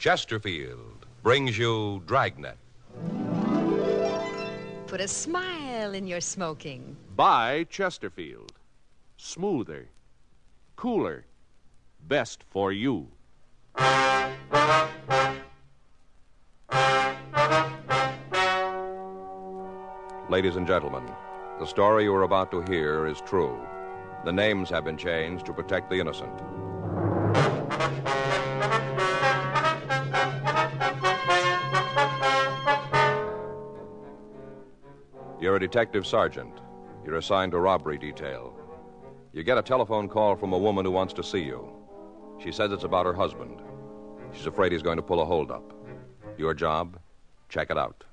Chesterfield brings you Dragnet. Put a smile in your smoking. By Chesterfield. Smoother, cooler, best for you. Ladies and gentlemen, the story you are about to hear is true. The names have been changed to protect the innocent. You're a detective sergeant. You're assigned to robbery detail. You get a telephone call from a woman who wants to see you. She says it's about her husband. She's afraid he's going to pull a holdup. Your job? Check it out.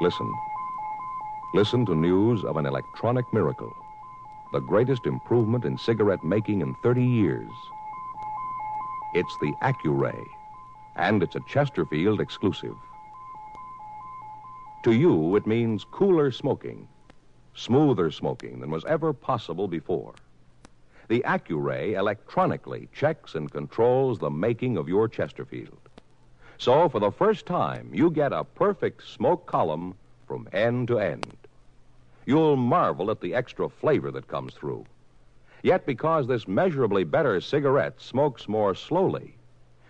Listen. Listen to news of an electronic miracle. The greatest improvement in cigarette making in 30 years. It's the Accuray, and it's a Chesterfield exclusive. To you, it means cooler smoking, smoother smoking than was ever possible before. The Accuray electronically checks and controls the making of your Chesterfield. So, for the first time, you get a perfect smoke column from end to end. You'll marvel at the extra flavor that comes through. Yet, because this measurably better cigarette smokes more slowly,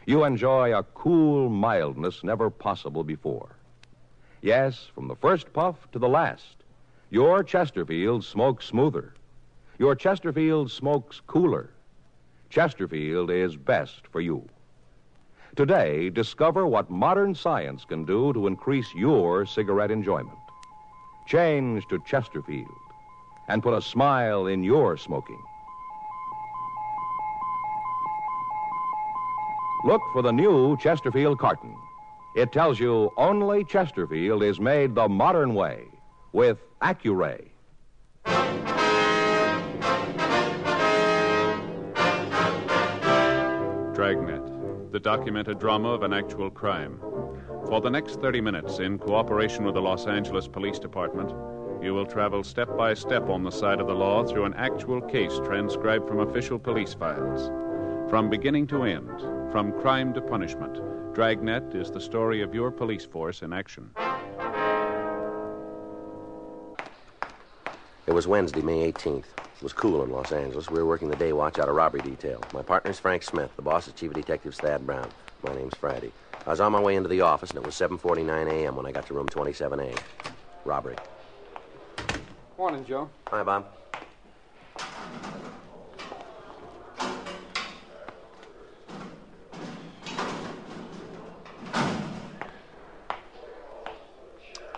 you enjoy a cool mildness never possible before. Yes, from the first puff to the last, your Chesterfield smokes smoother. Your Chesterfield smokes cooler. Chesterfield is best for you. Today, discover what modern science can do to increase your cigarette enjoyment. Change to Chesterfield and put a smile in your smoking. Look for the new Chesterfield carton. It tells you only Chesterfield is made the modern way with Accuray. Dragnet, the documented drama of an actual crime. For the next 30 minutes, in cooperation with the Los Angeles Police Department, you will travel step by step on the side of the law through an actual case transcribed from official police files. From beginning to end, from crime to punishment, Dragnet is the story of your police force in action. It was Wednesday, May 18th. It was cool in Los Angeles. We were working the day watch out of robbery detail. My partner's Frank Smith. The boss is Chief of Detectives Thad Brown. My name's Friday. I was on my way into the office, and it was 7.49 a.m. when I got to room 27A. Robbery. Morning, Joe. Hi, Bob.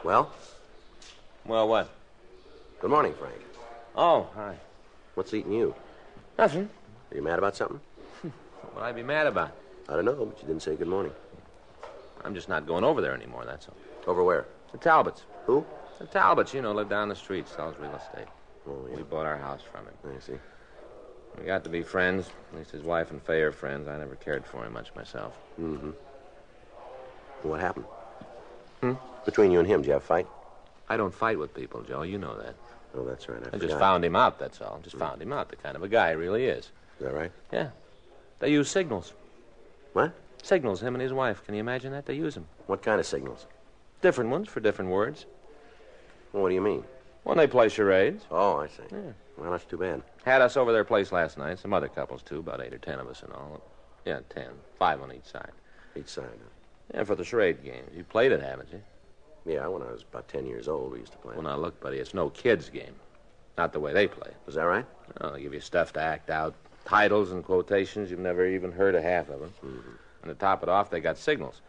Well, Well, what? good morning, Frank. Oh, hi. What's eating you? Nothing. Are you mad about something? What would I be mad about? I don't know, but you didn't say good morning. I'm just not going over there anymore, that's all. Over where? The Talbots. Who? The Talbots, you know, live down the street, sells real estate. Oh, yeah. We bought our house from him. I see. We got to be friends. At least his wife and Fay are friends. I never cared for him much myself. What happened? Hmm? Between you and him, did you have a fight? I don't fight with people, Joe. You know that. Oh, that's right. I, I just forgot. found him out, that's all. Just found him out, the kind of a guy he really is. Is that right? Yeah. They use signals. What? Signals, him and his wife. Can you imagine that? They use them. What kind of signals? Different ones for different words. Well, what do you mean? When they play charades. Oh, I see. Well, that's too bad. Had us over their place last night. Some other couples, too, about eight or ten of us in all. Yeah, ten. Five on each side. Each side. huh? Yeah, for the charade game. You played it, haven't you? Yeah, when I was about 10 years old, we used to play. Well, now look, buddy, it's no kids' game. Not the way they play. Was that right? Oh, they give you stuff to act out, titles and quotations. You've never even heard a half of them. Mm-hmm. And to top it off, they got signals.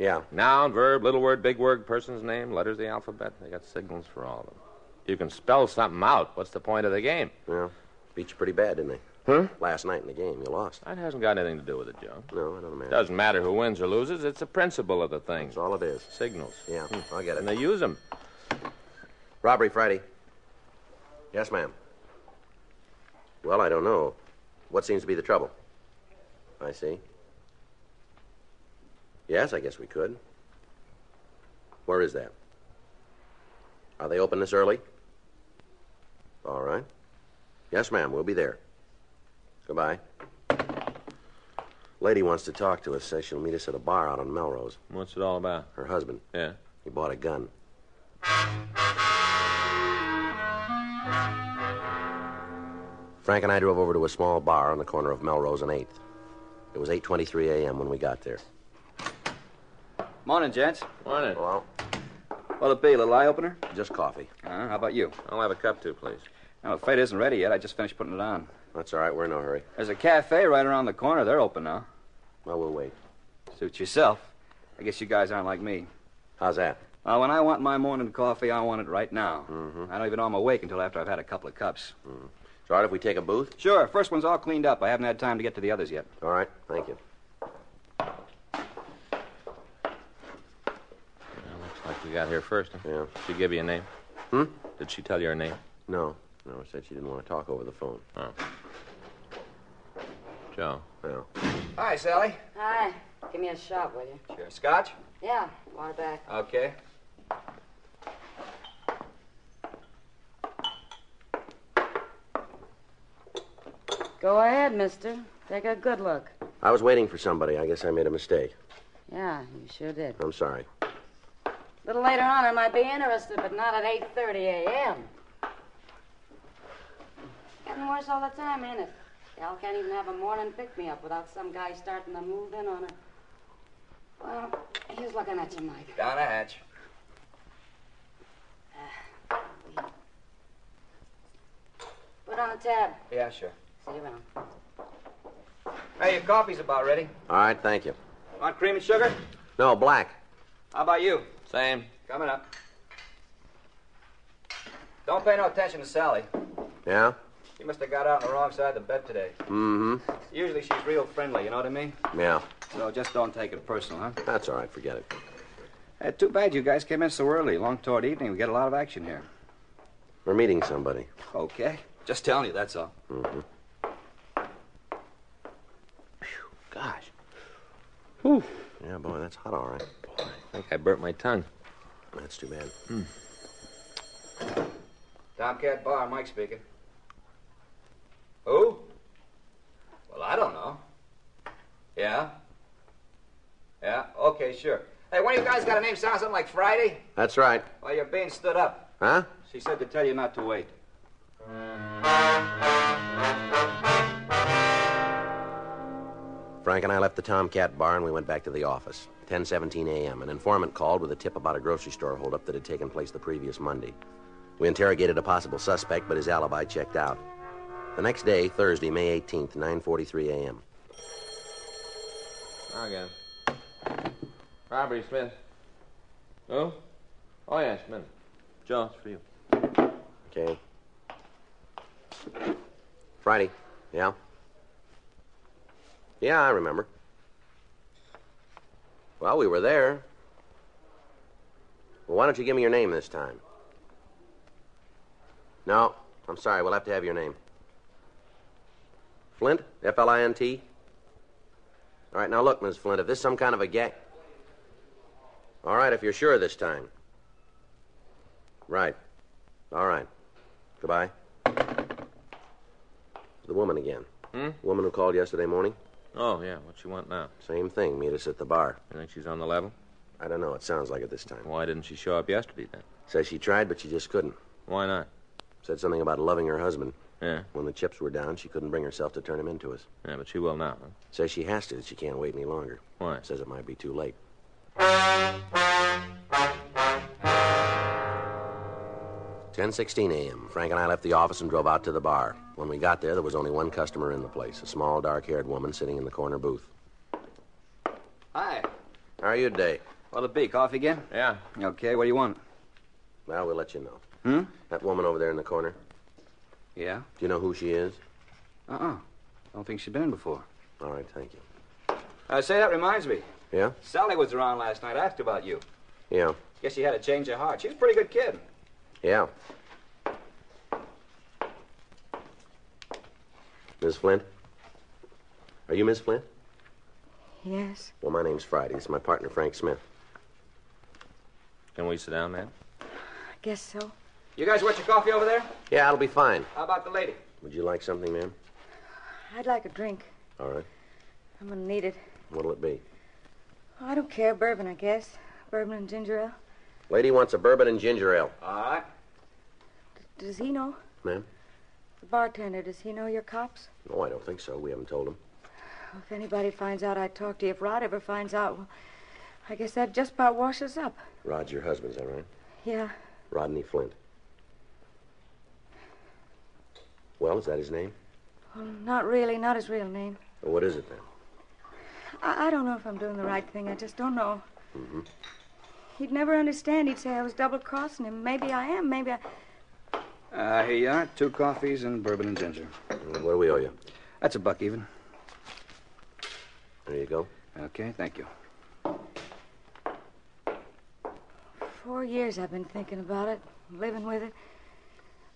Yeah. Noun, verb, little word, big word, person's name, letters of the alphabet. They got signals for all of them. You can spell something out. What's the point of the game? Well, beat you pretty bad, didn't they? Huh? Last night in the game, you lost. That hasn't got anything to do with it, Joe. No, I don't imagine. Doesn't matter who wins or loses. It's the principle of the thing. That's all it is. Signals. Yeah, I get Hmm. And they it. use them. Robbery Friday. Yes, ma'am. Well, I don't know. What seems to be the trouble? I see. Yes, I guess we could. Where is that? Are they open this early? All right. Yes, ma'am, we'll be there. Goodbye. Lady wants to talk to us. Says she'll meet us at a bar out on Melrose. What's it all about? Her husband. Yeah. He bought a gun. Frank and I drove over to a small bar on the corner of Melrose and 8th. It was 8:23 a.m. when we got there. Morning, gents. Morning. Well, What'll it be, a little eye opener? just coffee. Uh, how about you? I'll have a cup, too, please. I'm afraid it isn't ready yet. I just finished putting it on. That's all right. We're in no hurry. There's a cafe right around the corner. They're open now. Well, we'll wait. Suit yourself. I guess you guys aren't like me. How's that? Uh, when I want my morning coffee, I want it right now. I don't even know I'm awake until after I've had a couple of cups. It's all right if we take a booth. Sure, first one's all cleaned up. I haven't had time to get to the others yet. All right. Thank you. Looks like we got here first. Huh? Yeah. Did she give you a name? Hmm? Did she tell you her name? Oh. No, no. I said she didn't want to talk over the phone. Joe. Well, Hi, Sally. Hi. Give me a shot, will you? Sure. Scotch? Yeah, water back. Okay. Go ahead, mister. Take a good look. I was waiting for somebody. I guess I made a mistake. Yeah, you sure did. I'm sorry. A little later on, I might be interested, but not at 8.30 a.m. Getting worse all the time, ain't it? Gal can't even have a morning pick-me-up without some guy starting to move in on her. Well, here's looking at you, Mike. Down a hatch. Put on a tab. Yeah, sure. See you around. Hey, your coffee's about ready. All right. Thank you. Want cream and sugar? No, black. How about you? Same. Coming up. Don't pay no attention to Sally. Yeah. She must have got out on the wrong side of the bed today. Mm-hmm. Usually she's real friendly, you know what I mean? Yeah. So just don't take it personal, huh? That's all right. Forget it. Uh, too bad you guys came in so early. Long toward evening, we get a lot of action here. We're meeting somebody. Okay. Just telling you, that's all. Gosh. Yeah, boy, that's hot, all right. I think I burnt my tongue. That's too bad. Tomcat Bar, Mike speaking. Who? Well, I don't know. Yeah? Yeah? Okay, sure. Hey, one of you guys got a name sound something like Friday? That's right. Well, you're being stood up. Huh? She said to tell you not to wait. Frank and I left the Tomcat bar and we went back to the office. 10:17 a.m. An informant called with a tip about a grocery store holdup that had taken place the previous Monday. We interrogated a possible suspect, but his alibi checked out. The next day, Thursday, May 18th, 9:43 a.m. Now again. Robbery, Smith. Who? Oh, yeah, Smith. Joe, it's for you. Okay. Friday. Yeah. Yeah, I remember. Well, we were there. Well, why don't you give me your name this time? No, I'm sorry. We'll have to have your name. Flint? F L I N T? All right, now look, Miss Flint, if this is some kind of a gag. All right, if you're sure this time. Right. All right. Goodbye. The woman again. Hmm? Woman who called yesterday morning. Oh, yeah. What you want now? Same thing. Meet us at the bar. You think she's on the level? I don't know. It sounds like it this time. Why didn't she show up yesterday then? Says she tried, but she just couldn't. Why not? Said something about loving her husband. Yeah. When the chips were down, she couldn't bring herself to turn him into us. Yeah, but she will now. Huh? Says she has to. She can't wait any longer. Why? Says it might be too late. Ten sixteen a.m. Frank and I left the office and drove out to the bar. When we got there, there was only one customer in the place—a small, dark-haired woman sitting in the corner booth. Hi. How are you today? Well, it be coffee again? Yeah. Okay, what do you want? Well, we'll let you know. Hmm? That woman over there in the corner. Do Yeah? you know who she is? Uh-uh. Don't think she's been in before. All right, thank you. I say, that reminds me. Yeah? Sally was around last night. I asked about you. Yeah. Guess she had a change of heart. She was a pretty good kid. Yeah. Miss Flint? Are you Miss Flint? Yes. Well, my name's Friday. It's my partner, Frank Smith. Can we sit down, man? I guess so. You guys want your coffee over there? Yeah, it'll be fine. How about the lady? Would you like something, ma'am? I'd like a drink. All right. I'm gonna need it. What'll it be? Oh, I don't care. Bourbon, I guess. Bourbon and ginger ale. Lady wants a bourbon and ginger ale. All right. Does he know? Ma'am? The bartender, does he know your cops? No, I don't think so. We haven't told him. Well, if anybody finds out I talked to you, if Rod ever finds out, well, I guess that just about washes up. Rod's your husband, is that right? Yeah. Rodney Flint. Well, is that his name? Well, not really. Not his real name. Or what is it then? I, I don't know if I'm doing the right thing. I just don't know. Mm-hmm. He'd never understand. He'd say I was double crossing him. Maybe I am. Maybe I. Uh, here you are. Two coffees and bourbon and ginger. What do we owe you? That's a buck even. There you go. Okay, thank you. Four years I've been thinking about it, living with it.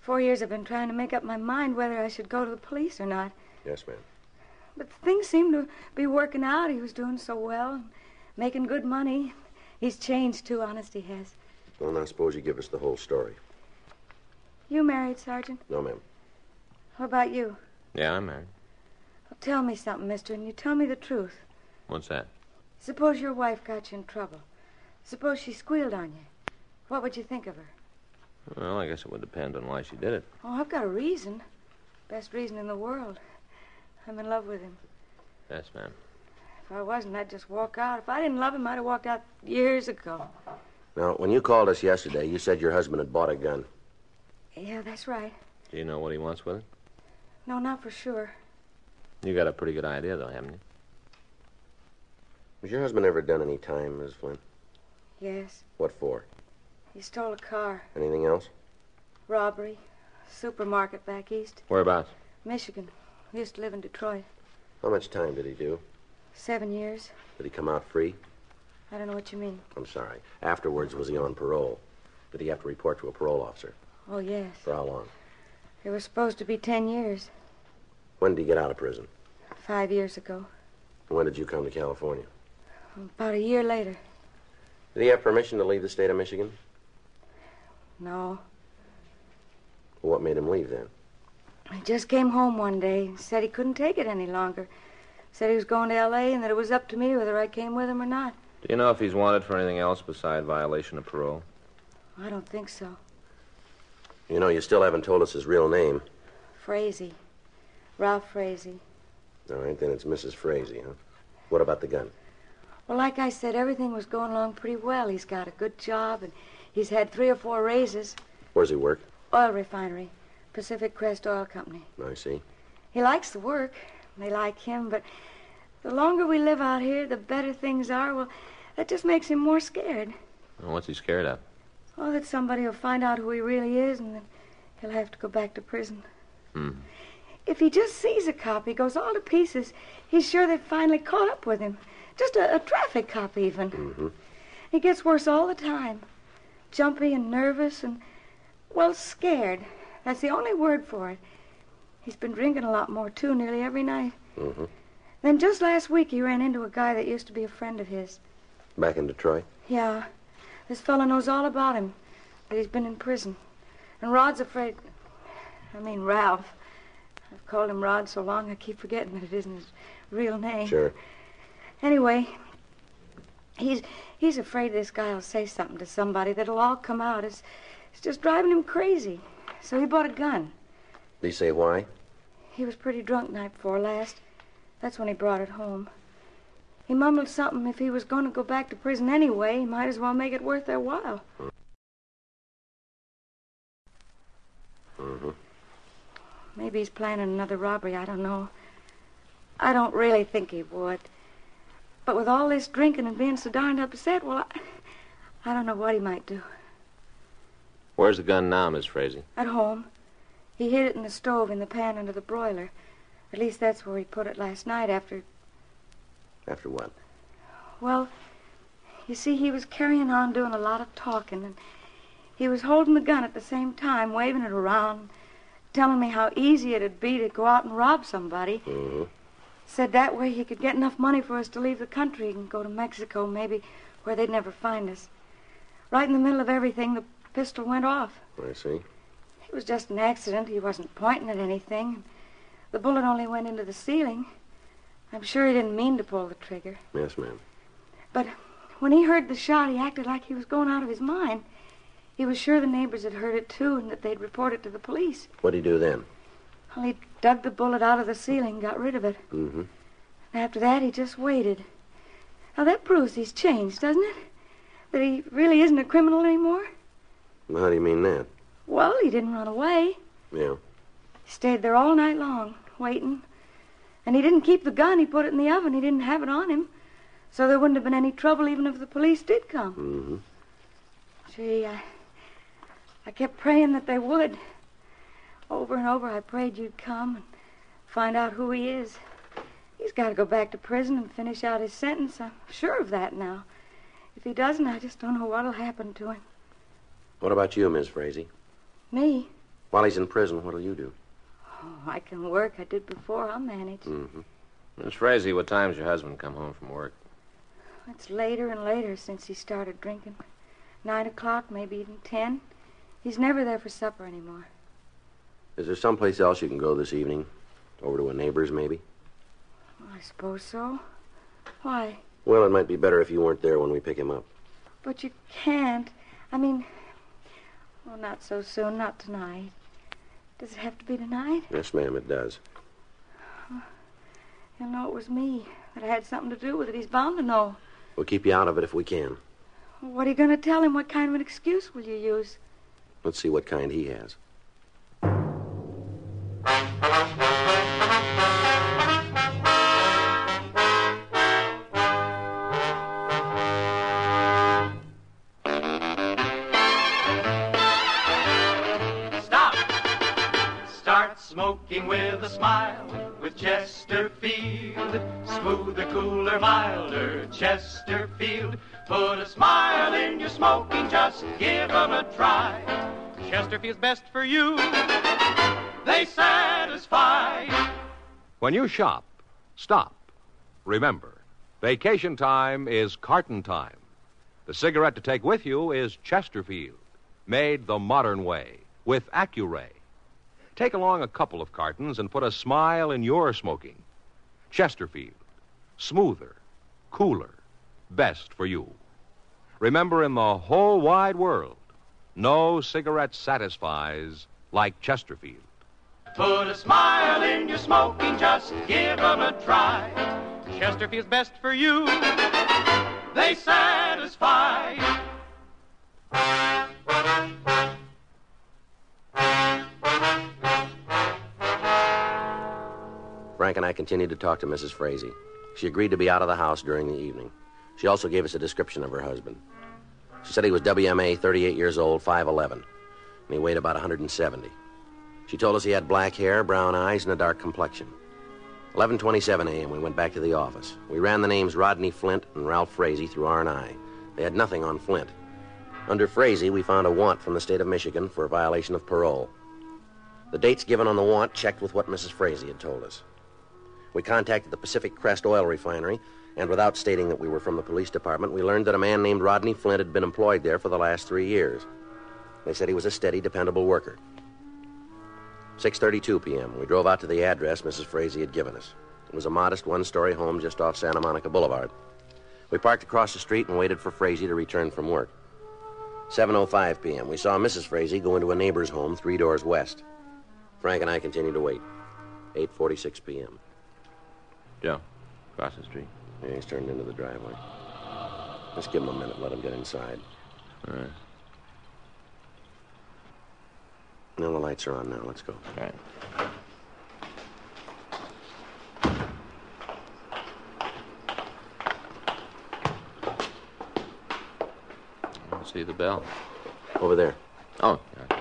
Four years I've been trying to make up my mind whether I should go to the police or not. Yes, ma'am. But things seem to be working out. He was doing so well, making good money. He's changed, too, honest he has. Well, now suppose you give us the whole story. You married, Sergeant? No, ma'am. What about you? Yeah, I'm married. Well, tell me something, mister, and you tell me the truth. What's that? Suppose your wife got you in trouble. Suppose she squealed on you. What would you think of her? Well, I guess it would depend on why she did it. Oh, I've got a reason. Best reason in the world. I'm in love with him. Yes, ma'am. If I wasn't, I'd just walk out. If I didn't love him, I'd have walked out years ago. Now, when you called us yesterday, you said your husband had bought a gun. Yeah, that's right. Do you know what he wants with it? No, not for sure. You got a pretty good idea, though, haven't you? Has your husband ever done any time, Miss Flynn? Yes, What for? he stole a car. Anything else? Robbery. Supermarket back east. Whereabused? Michigan. I used to live in Detroit. How much time did he do? Seven years. Did he come out free? I don't know what you mean. I'm sorry. Afterwards, was he on parole? Did he have to report to a parole officer? Oh, yes. For how long? It was supposed to be ten years. When did he get out of prison? Five years ago. When did you come to California? About a year later. Did he have permission to leave the state of Michigan? No. What made him leave then? He just came home one day and said he couldn't take it any longer. Said he was going to L.A. and that it was up to me whether I came with him or not. Do you know if he's wanted for anything else beside violation of parole? I don't think so. You know, you still haven't told us his real name. Frazee. Ralph Frazee. All right, then it's Mrs. Frazee, huh? What about the gun? Well, like I said, everything was going along pretty well. He's got a good job, and he's had three or four raises. Where does he work? Oil refinery, Pacific Crest Oil Company. I see. He likes the work. They like him, but the longer we live out here, the better things are. Well, that just makes him more scared. And what's he scared of? Oh, that somebody will find out who he really is, and then he'll have to go back to prison. Hmm. If he just sees a cop, he goes all to pieces. He's sure they've finally caught up with him. Just a, a traffic cop, even. Mm-hmm. He gets worse all the time. Jumpy and nervous and, well, scared. That's the only word for it. He's been drinking a lot more, too, nearly every night. Mm-hmm. Then just last week he ran into a guy that used to be a friend of his. Back in Detroit? Yeah. This fellow knows all about him. That he's been in prison. And Rod's afraid. I mean, Ralph. I've called him Rod so long I keep forgetting that it isn't his real name. Sure. Anyway, he's he's afraid this guy'll say something to somebody that'll all come out. It's It's just driving him crazy. So he bought a gun. Did he say why? He was pretty drunk night before last. That's when he brought it home. He mumbled something. If he was going to go back to prison anyway, he might as well make it worth their while. Mm-hmm. Maybe he's planning another robbery. I don't know. I don't really think he would. But with all this drinking and being so darned upset, well, I, I don't know what he might do. Where's the gun now, Miss Frazee? At home. He hid it in the stove in the pan under the broiler. At least that's where he put it last night after. After what? Well, you see, he was carrying on doing a lot of talking, and he was holding the gun at the same time, waving it around, telling me how easy it'd be to go out and rob somebody. Mm-hmm. Said that way he could get enough money for us to leave the country and go to Mexico, maybe, where they'd never find us. Right in the middle of everything, the pistol went off. I see. It was just an accident. He wasn't pointing at anything. The bullet only went into the ceiling. I'm sure he didn't mean to pull the trigger. Yes, ma'am. But when he heard the shot, he acted like he was going out of his mind. He was sure the neighbors had heard it, too, and that they'd report it to the police. What'd he do then? Well, he dug the bullet out of the ceiling, got rid of it. Mm-hmm. And after that, he just waited. Now, that proves he's changed, doesn't it? That he really isn't a criminal anymore? Well, how do you mean that? Well, he didn't run away. Yeah. He stayed there all night long, waiting. And he didn't keep the gun. He put it in the oven. He didn't have it on him. So there wouldn't have been any trouble even if the police did come. Mm-hmm. Gee, I, I kept praying that they would. Over and over, I prayed you'd come and find out who he is. He's got to go back to prison and finish out his sentence. I'm sure of that now. If he doesn't, I just don't know what'll happen to him. What about you, Miss Frazee? Me? While he's in prison, what'll you do? Oh, I can work. I did before. I'll manage. Mm-hmm. Miss Frazee, what time's your husband come home from work? It's later and later since he started drinking. Nine o'clock, maybe even ten. He's never there for supper anymore. Is there someplace else you can go this evening? Over to a neighbor's, maybe? I suppose so. Why? Well, it might be better if you weren't there when we pick him up. But you can't. I mean, well, not so soon, not tonight. Does it have to be tonight? Yes, ma'am, it does. He'll know it was me, that I had something to do with it. He's bound to know. We'll keep you out of it if we can. What are you going to tell him? What kind of an excuse will you use? Let's see what kind he has. Stop! Start smoking with a smile with Chesterfield. Smoother, cooler, milder Chesterfield. Put a smile in your smoking, just give 'em a try. Chesterfield's best for you. They satisfy. When you shop, stop. Remember, vacation time is carton time. The cigarette to take with you is Chesterfield, made the modern way with Accuray. Take along a couple of cartons and put a smile in your smoking. Chesterfield, smoother, cooler, best for you. Remember, in the whole wide world, no cigarette satisfies like Chesterfield. Put a smile in your smoking, just give 'em a try. Chesterfield's best for you. They satisfy. Frank and I continued to talk to Mrs. Frazee. She agreed to be out of the house during the evening. She also gave us a description of her husband. She said he was WMA, 38 years old, 5'11, and he weighed about 170. She told us he had black hair, brown eyes, and a dark complexion. 11:27 a.m. We went back to the office. We ran the names Rodney Flint and Ralph Frazee through R&I. They had nothing on Flint. Under Frazee, we found a want from the state of Michigan for a violation of parole. The dates given on the want checked with what Mrs. Frazee had told us. We contacted the Pacific Crest Oil Refinery, and without stating that we were from the police department, we learned that a man named Rodney Flint had been employed there for the last three years. They said he was a steady, dependable worker. 6:32 p.m. We drove out to the address Mrs. Frazee had given us. It was a modest one-story home just off Santa Monica Boulevard. We parked across the street and waited for Frazee to return from work. 7.05 p.m. We saw Mrs. Frazee go into a neighbor's home three doors west. Frank and I continued to wait. 8.46 p.m. Joe, across the street. Yeah, he's turned into the driveway. Let's give him a minute. Let him get inside. All right. Now the lights are on now. Let's go. All right. I don't see the bell. Over there. Oh, yeah.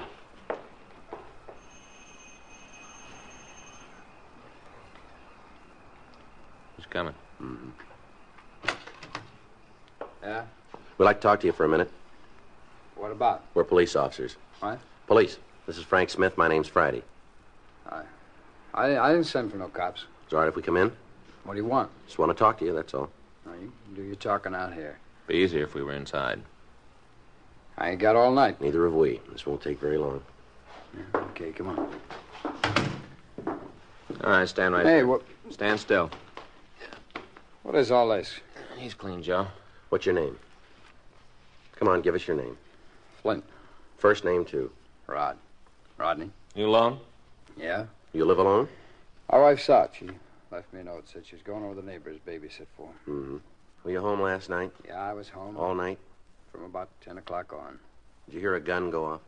Who's coming? Yeah? We'd like to talk to you for a minute. What about? We're police officers. What? Police. This is Frank Smith. My name's Friday. I, I didn't send for no cops. It's all right if we come in? What do you want? Just want to talk to you, that's all. No, you do your talking out here. Be easier if we were inside. I ain't got all night. Neither have we. This won't take very long. Okay, come on. All right, stand right Hey, there. what, Stand still. what is all this? He's clean, Joe. What's your name? Come on, give us your name. Flint. First name, too. Rod. Rodney? You alone? Yeah? You live alone? Our wife's out. She left me a note. Said she's going over to the neighbor's babysit for. her. Mm-hmm. Were you home last night? Yeah, I was home All night? from about 10 o'clock on. Did you hear a gun go off?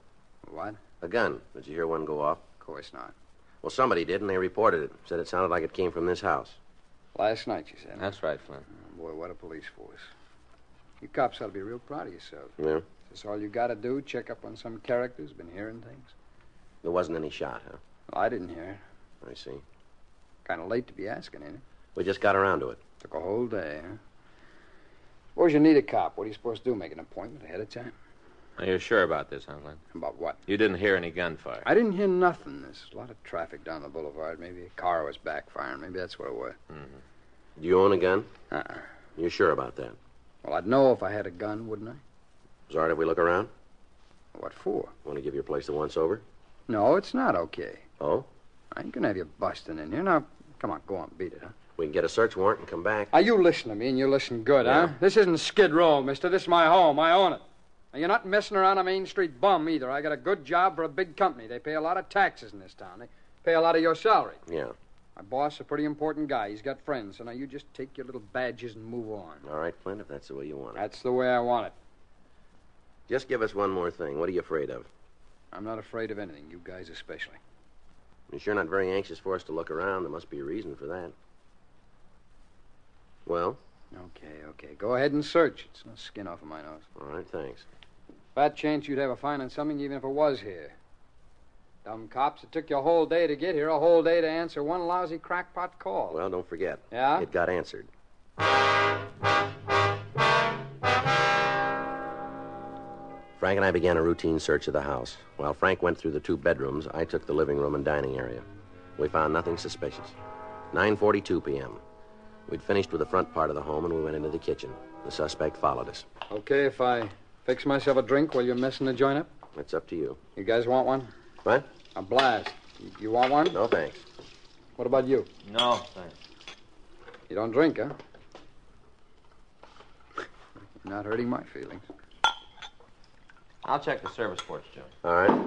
What? A gun. Did you hear one go off? Of course not. Well, somebody did, and they reported it. Said it sounded like it came from this house. Last night, she said. That's right, Flynn. Boy, what a police force. You cops ought to be real proud of yourselves. Yeah? That's all you got to do, check up on some characters, been hearing things. There wasn't any shot, huh? Well, I didn't hear. I see. Kind of late to be asking, ain't it? We just got around to it. Took a whole day, huh? Suppose you need a cop. What are you supposed to do? Make an appointment ahead of time? Now, you're sure about this, huh, Flynn? About what? You didn't hear any gunfire. I didn't hear nothing. There's a lot of traffic down the boulevard. Maybe a car was backfiring. Maybe that's what it was. Do you own a gun? Uh-uh. You're sure about that? Well, I'd know if I had a gun, wouldn't I? Is it all right if we look around? What for? Want to give your place a once over? No, it's not okay. Oh? I ain't gonna have you busting in here. Now, come on, go on, beat it, huh? We can get a search warrant and come back. Now, you listen to me, and you listen good, huh? This isn't Skid Row, mister. This is my home. I own it. Now, you're not messing around a Main Street bum either. I got a good job for a big company. They pay a lot of taxes in this town. They pay a lot of your salary. Yeah. My boss a pretty important guy. He's got friends. So now you just take your little badges and move on. All right, Flint, if that's the way you want it. That's the way I want it. Just give us one more thing. What are you afraid of? I'm not afraid of anything, you guys especially. You're sure not very anxious for us to look around. There must be a reason for that. Well, Okay, okay. Go ahead and search. It's no skin off of my nose. all right, thanks. Fat chance you'd have a fine on something even if it was here. Dumb cops, it took you a whole day to get here, a whole day to answer one lousy crackpot call. Well, don't forget. yeah? It got answered. Frank and I began a routine search of the house. While Frank went through the two bedrooms, I took the living room and dining area. We found nothing suspicious. 9:42 p.m. We'd finished with the front part of the home and we went into the kitchen. The suspect followed us. Okay, if I fix myself a drink while you're messing the joint up? It's up to you. You guys want one? What? A blast. You- You want one? No thanks. What about you? No, thanks. You don't drink, huh? You're not hurting my feelings. I'll check the service ports, Joe. All right.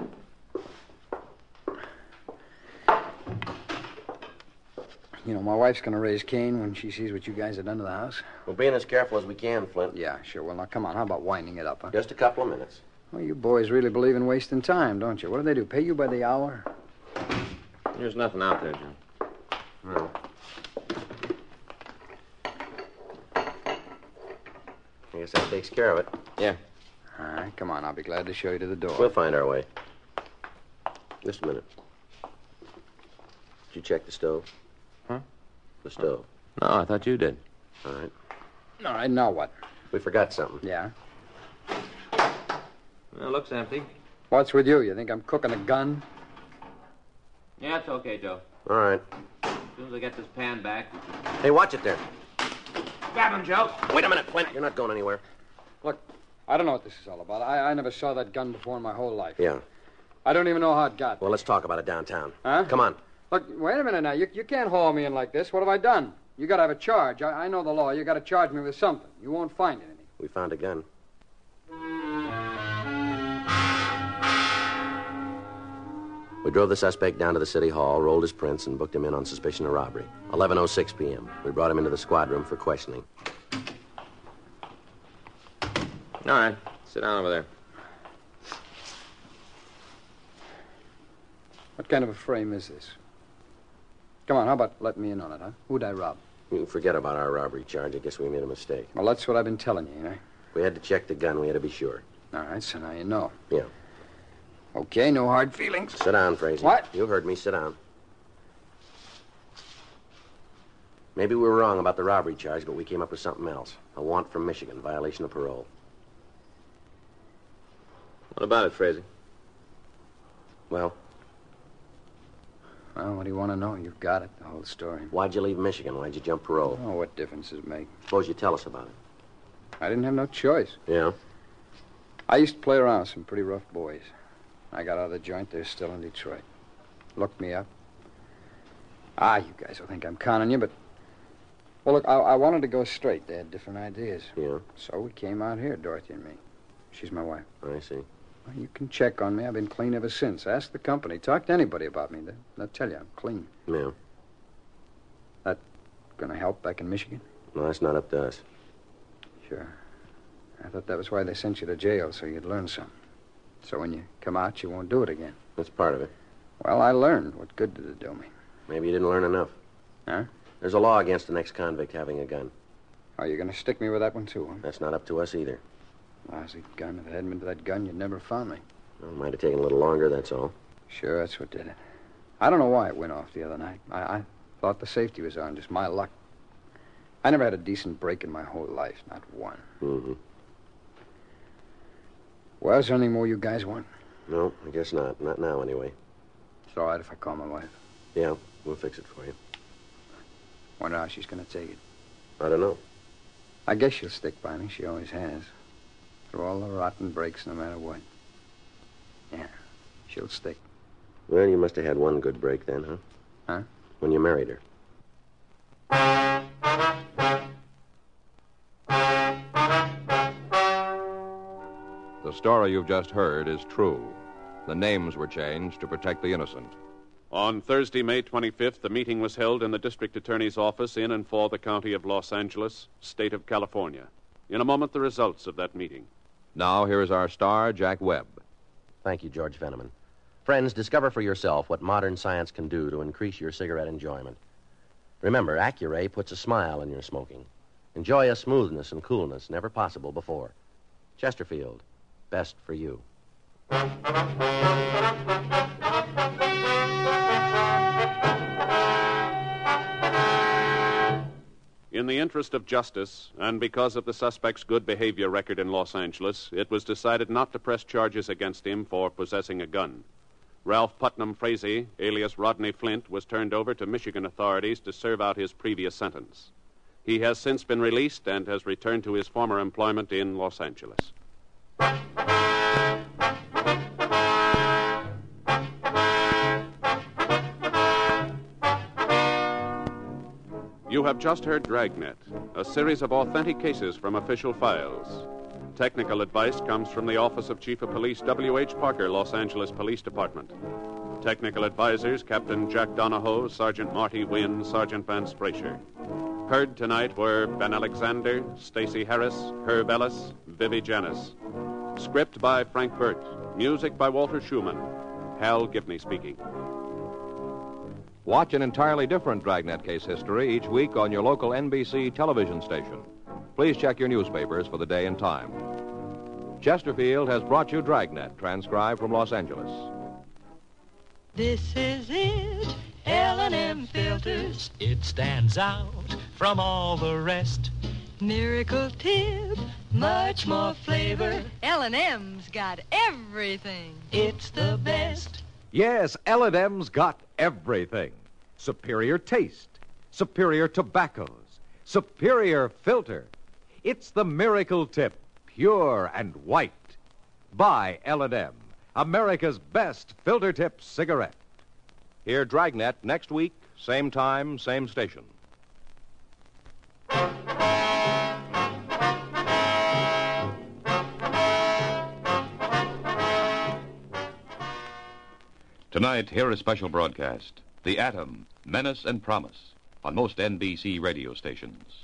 You know, my wife's going to raise Cain when she sees what you guys have done to the house. We're being as careful as we can, Flint. Yeah, sure. Well, now, come on. How about winding it up, huh? Just a couple of minutes. Well, you boys really believe in wasting time, don't you? What do they do? Pay you by the hour? There's nothing out there, Joe. I guess that takes care of it. Yeah. All right, come on. I'll be glad to show you to the door. We'll find our way. Just a minute. Did you check the stove? Huh? The stove. No, I thought you did. All right. All right, now what? We forgot something. Yeah. Well, it looks empty. What's with you? You think I'm cooking a gun? Yeah, it's okay, Joe. All right. As soon as I get this pan back. Hey, watch it there. Grab him, Joe. Wait a minute, Flint. You're not going anywhere. Look, I don't know what this is all about. I, I never saw that gun before in my whole life. Yeah. I don't even know how it got. Well, let's talk about it downtown. Huh? Come on. Look, wait a minute now. You, you can't haul me in like this. What have I done? You gotta have a charge. I, I know the law. You gotta charge me with something. You won't find anything. We found a gun. We drove the suspect down to the city hall, rolled his prints, and booked him in on suspicion of robbery. 11:06 p.m. We brought him into the squad room for questioning. All right. Sit down over there. What kind of a frame is this? Come on, how about letting me in on it, huh? Who'd I rob? You can forget about our robbery charge. I guess we made a mistake. Well, that's what I've been telling you, ain't I? We had to check the gun. We had to be sure. All right, so now you know. Yeah. Okay, no hard feelings. Sit down, Fraser. What? You heard me. Sit down. Maybe we were wrong about the robbery charge, but we came up with something else. A want from Michigan, violation of parole. What about it, Fraser? Well, Well, what do you want to know? You've got it, the whole story. why'd you leave Michigan? Why'd you jump parole? Oh, what difference does it make? Suppose you tell us about it. I didn't have no choice. Yeah? I used to play around with some pretty rough boys. I got out of the joint. They're still in Detroit. Looked me up. Ah, you guys will think I'm conning you, but. Well, look, I, I wanted to go straight. They had different ideas. Yeah. So we came out here, Dorothy and me. She's my wife. I see. Well, you can check on me. I've been clean ever since. Ask the company. Talk to anybody about me. They'll, they'll tell you I'm clean. Yeah. Gonna help back in Michigan? No, that's not up to us. Sure. I thought that was why they sent you to jail, so you'd learn something. So when you come out, you won't do it again. That's part of it. Well, I learned. What good did it do me? Maybe you didn't learn enough. Huh? There's a law against an ex-convict having a gun. Are you gonna stick me with that one, too, huh? That's not up to us either. Lousy gun. If it hadn't been for that gun, you'd never have found me. Well, it might have taken a little longer, that's all. Sure, that's what did it. I don't know why it went off the other night. I, I thought the safety was on, just my luck. I never had a decent break in my whole life, not one. Mm-hmm. Well, is there any more you guys want? No, I guess not. Not now, anyway. It's all right if I call my wife. Yeah, we'll fix it for you. Wonder how she's gonna take it. I don't know. I guess she'll stick by me. She always has. Through all the rotten breaks, no matter what. Yeah, she'll stick. Well, you must have had one good break then, huh? Huh? When you married her. The story you've just heard is true. The names were changed to protect the innocent. On Thursday, May 25th, the meeting was held in the district attorney's office in and for the county of Los Angeles, state of California. In a moment, the results of that meeting. Now, here is our star, Jack Webb. Thank you, George Veneman. Friends, discover for yourself what modern science can do to increase your cigarette enjoyment. Remember, Accuray puts a smile in your smoking. Enjoy a smoothness and coolness never possible before. Chesterfield, best for you. In the interest of justice, and because of the suspect's good behavior record in Los Angeles, it was decided not to press charges against him for possessing a gun. Ralph Putnam Frazee, alias Rodney Flint, was turned over to Michigan authorities to serve out his previous sentence. He has since been released and has returned to his former employment in Los Angeles. You have just heard Dragnet, a series of authentic cases from official files. Technical advice comes from the Office of Chief of Police W.H. Parker, Los Angeles Police Department. Technical advisors Captain Jack Donahoe, Sergeant Marty Wynn, Sergeant Vance Brasher. Heard tonight were Ben Alexander, Stacy Harris, Herb Ellis, Vivi Janis. Script by Frank Burt. Music by Walter Schumann. Hal Gibney speaking. Watch an entirely different Dragnet case history each week on your local NBC television station. Please check your newspapers for the day and time. Chesterfield has brought you Dragnet, transcribed from Los Angeles. This is it, L&M Filters. It stands out from all the rest. Miracle tip, much more flavor. L&M's got everything. It's the best. Yes, L&M's got everything. Superior taste, superior tobaccos, superior filter. It's the miracle tip, pure and white. Buy L&M, America's best filter tip cigarette. Hear Dragnet next week, same time, same station. Tonight, here is special broadcast The Atom, Menace and Promise on most NBC radio stations.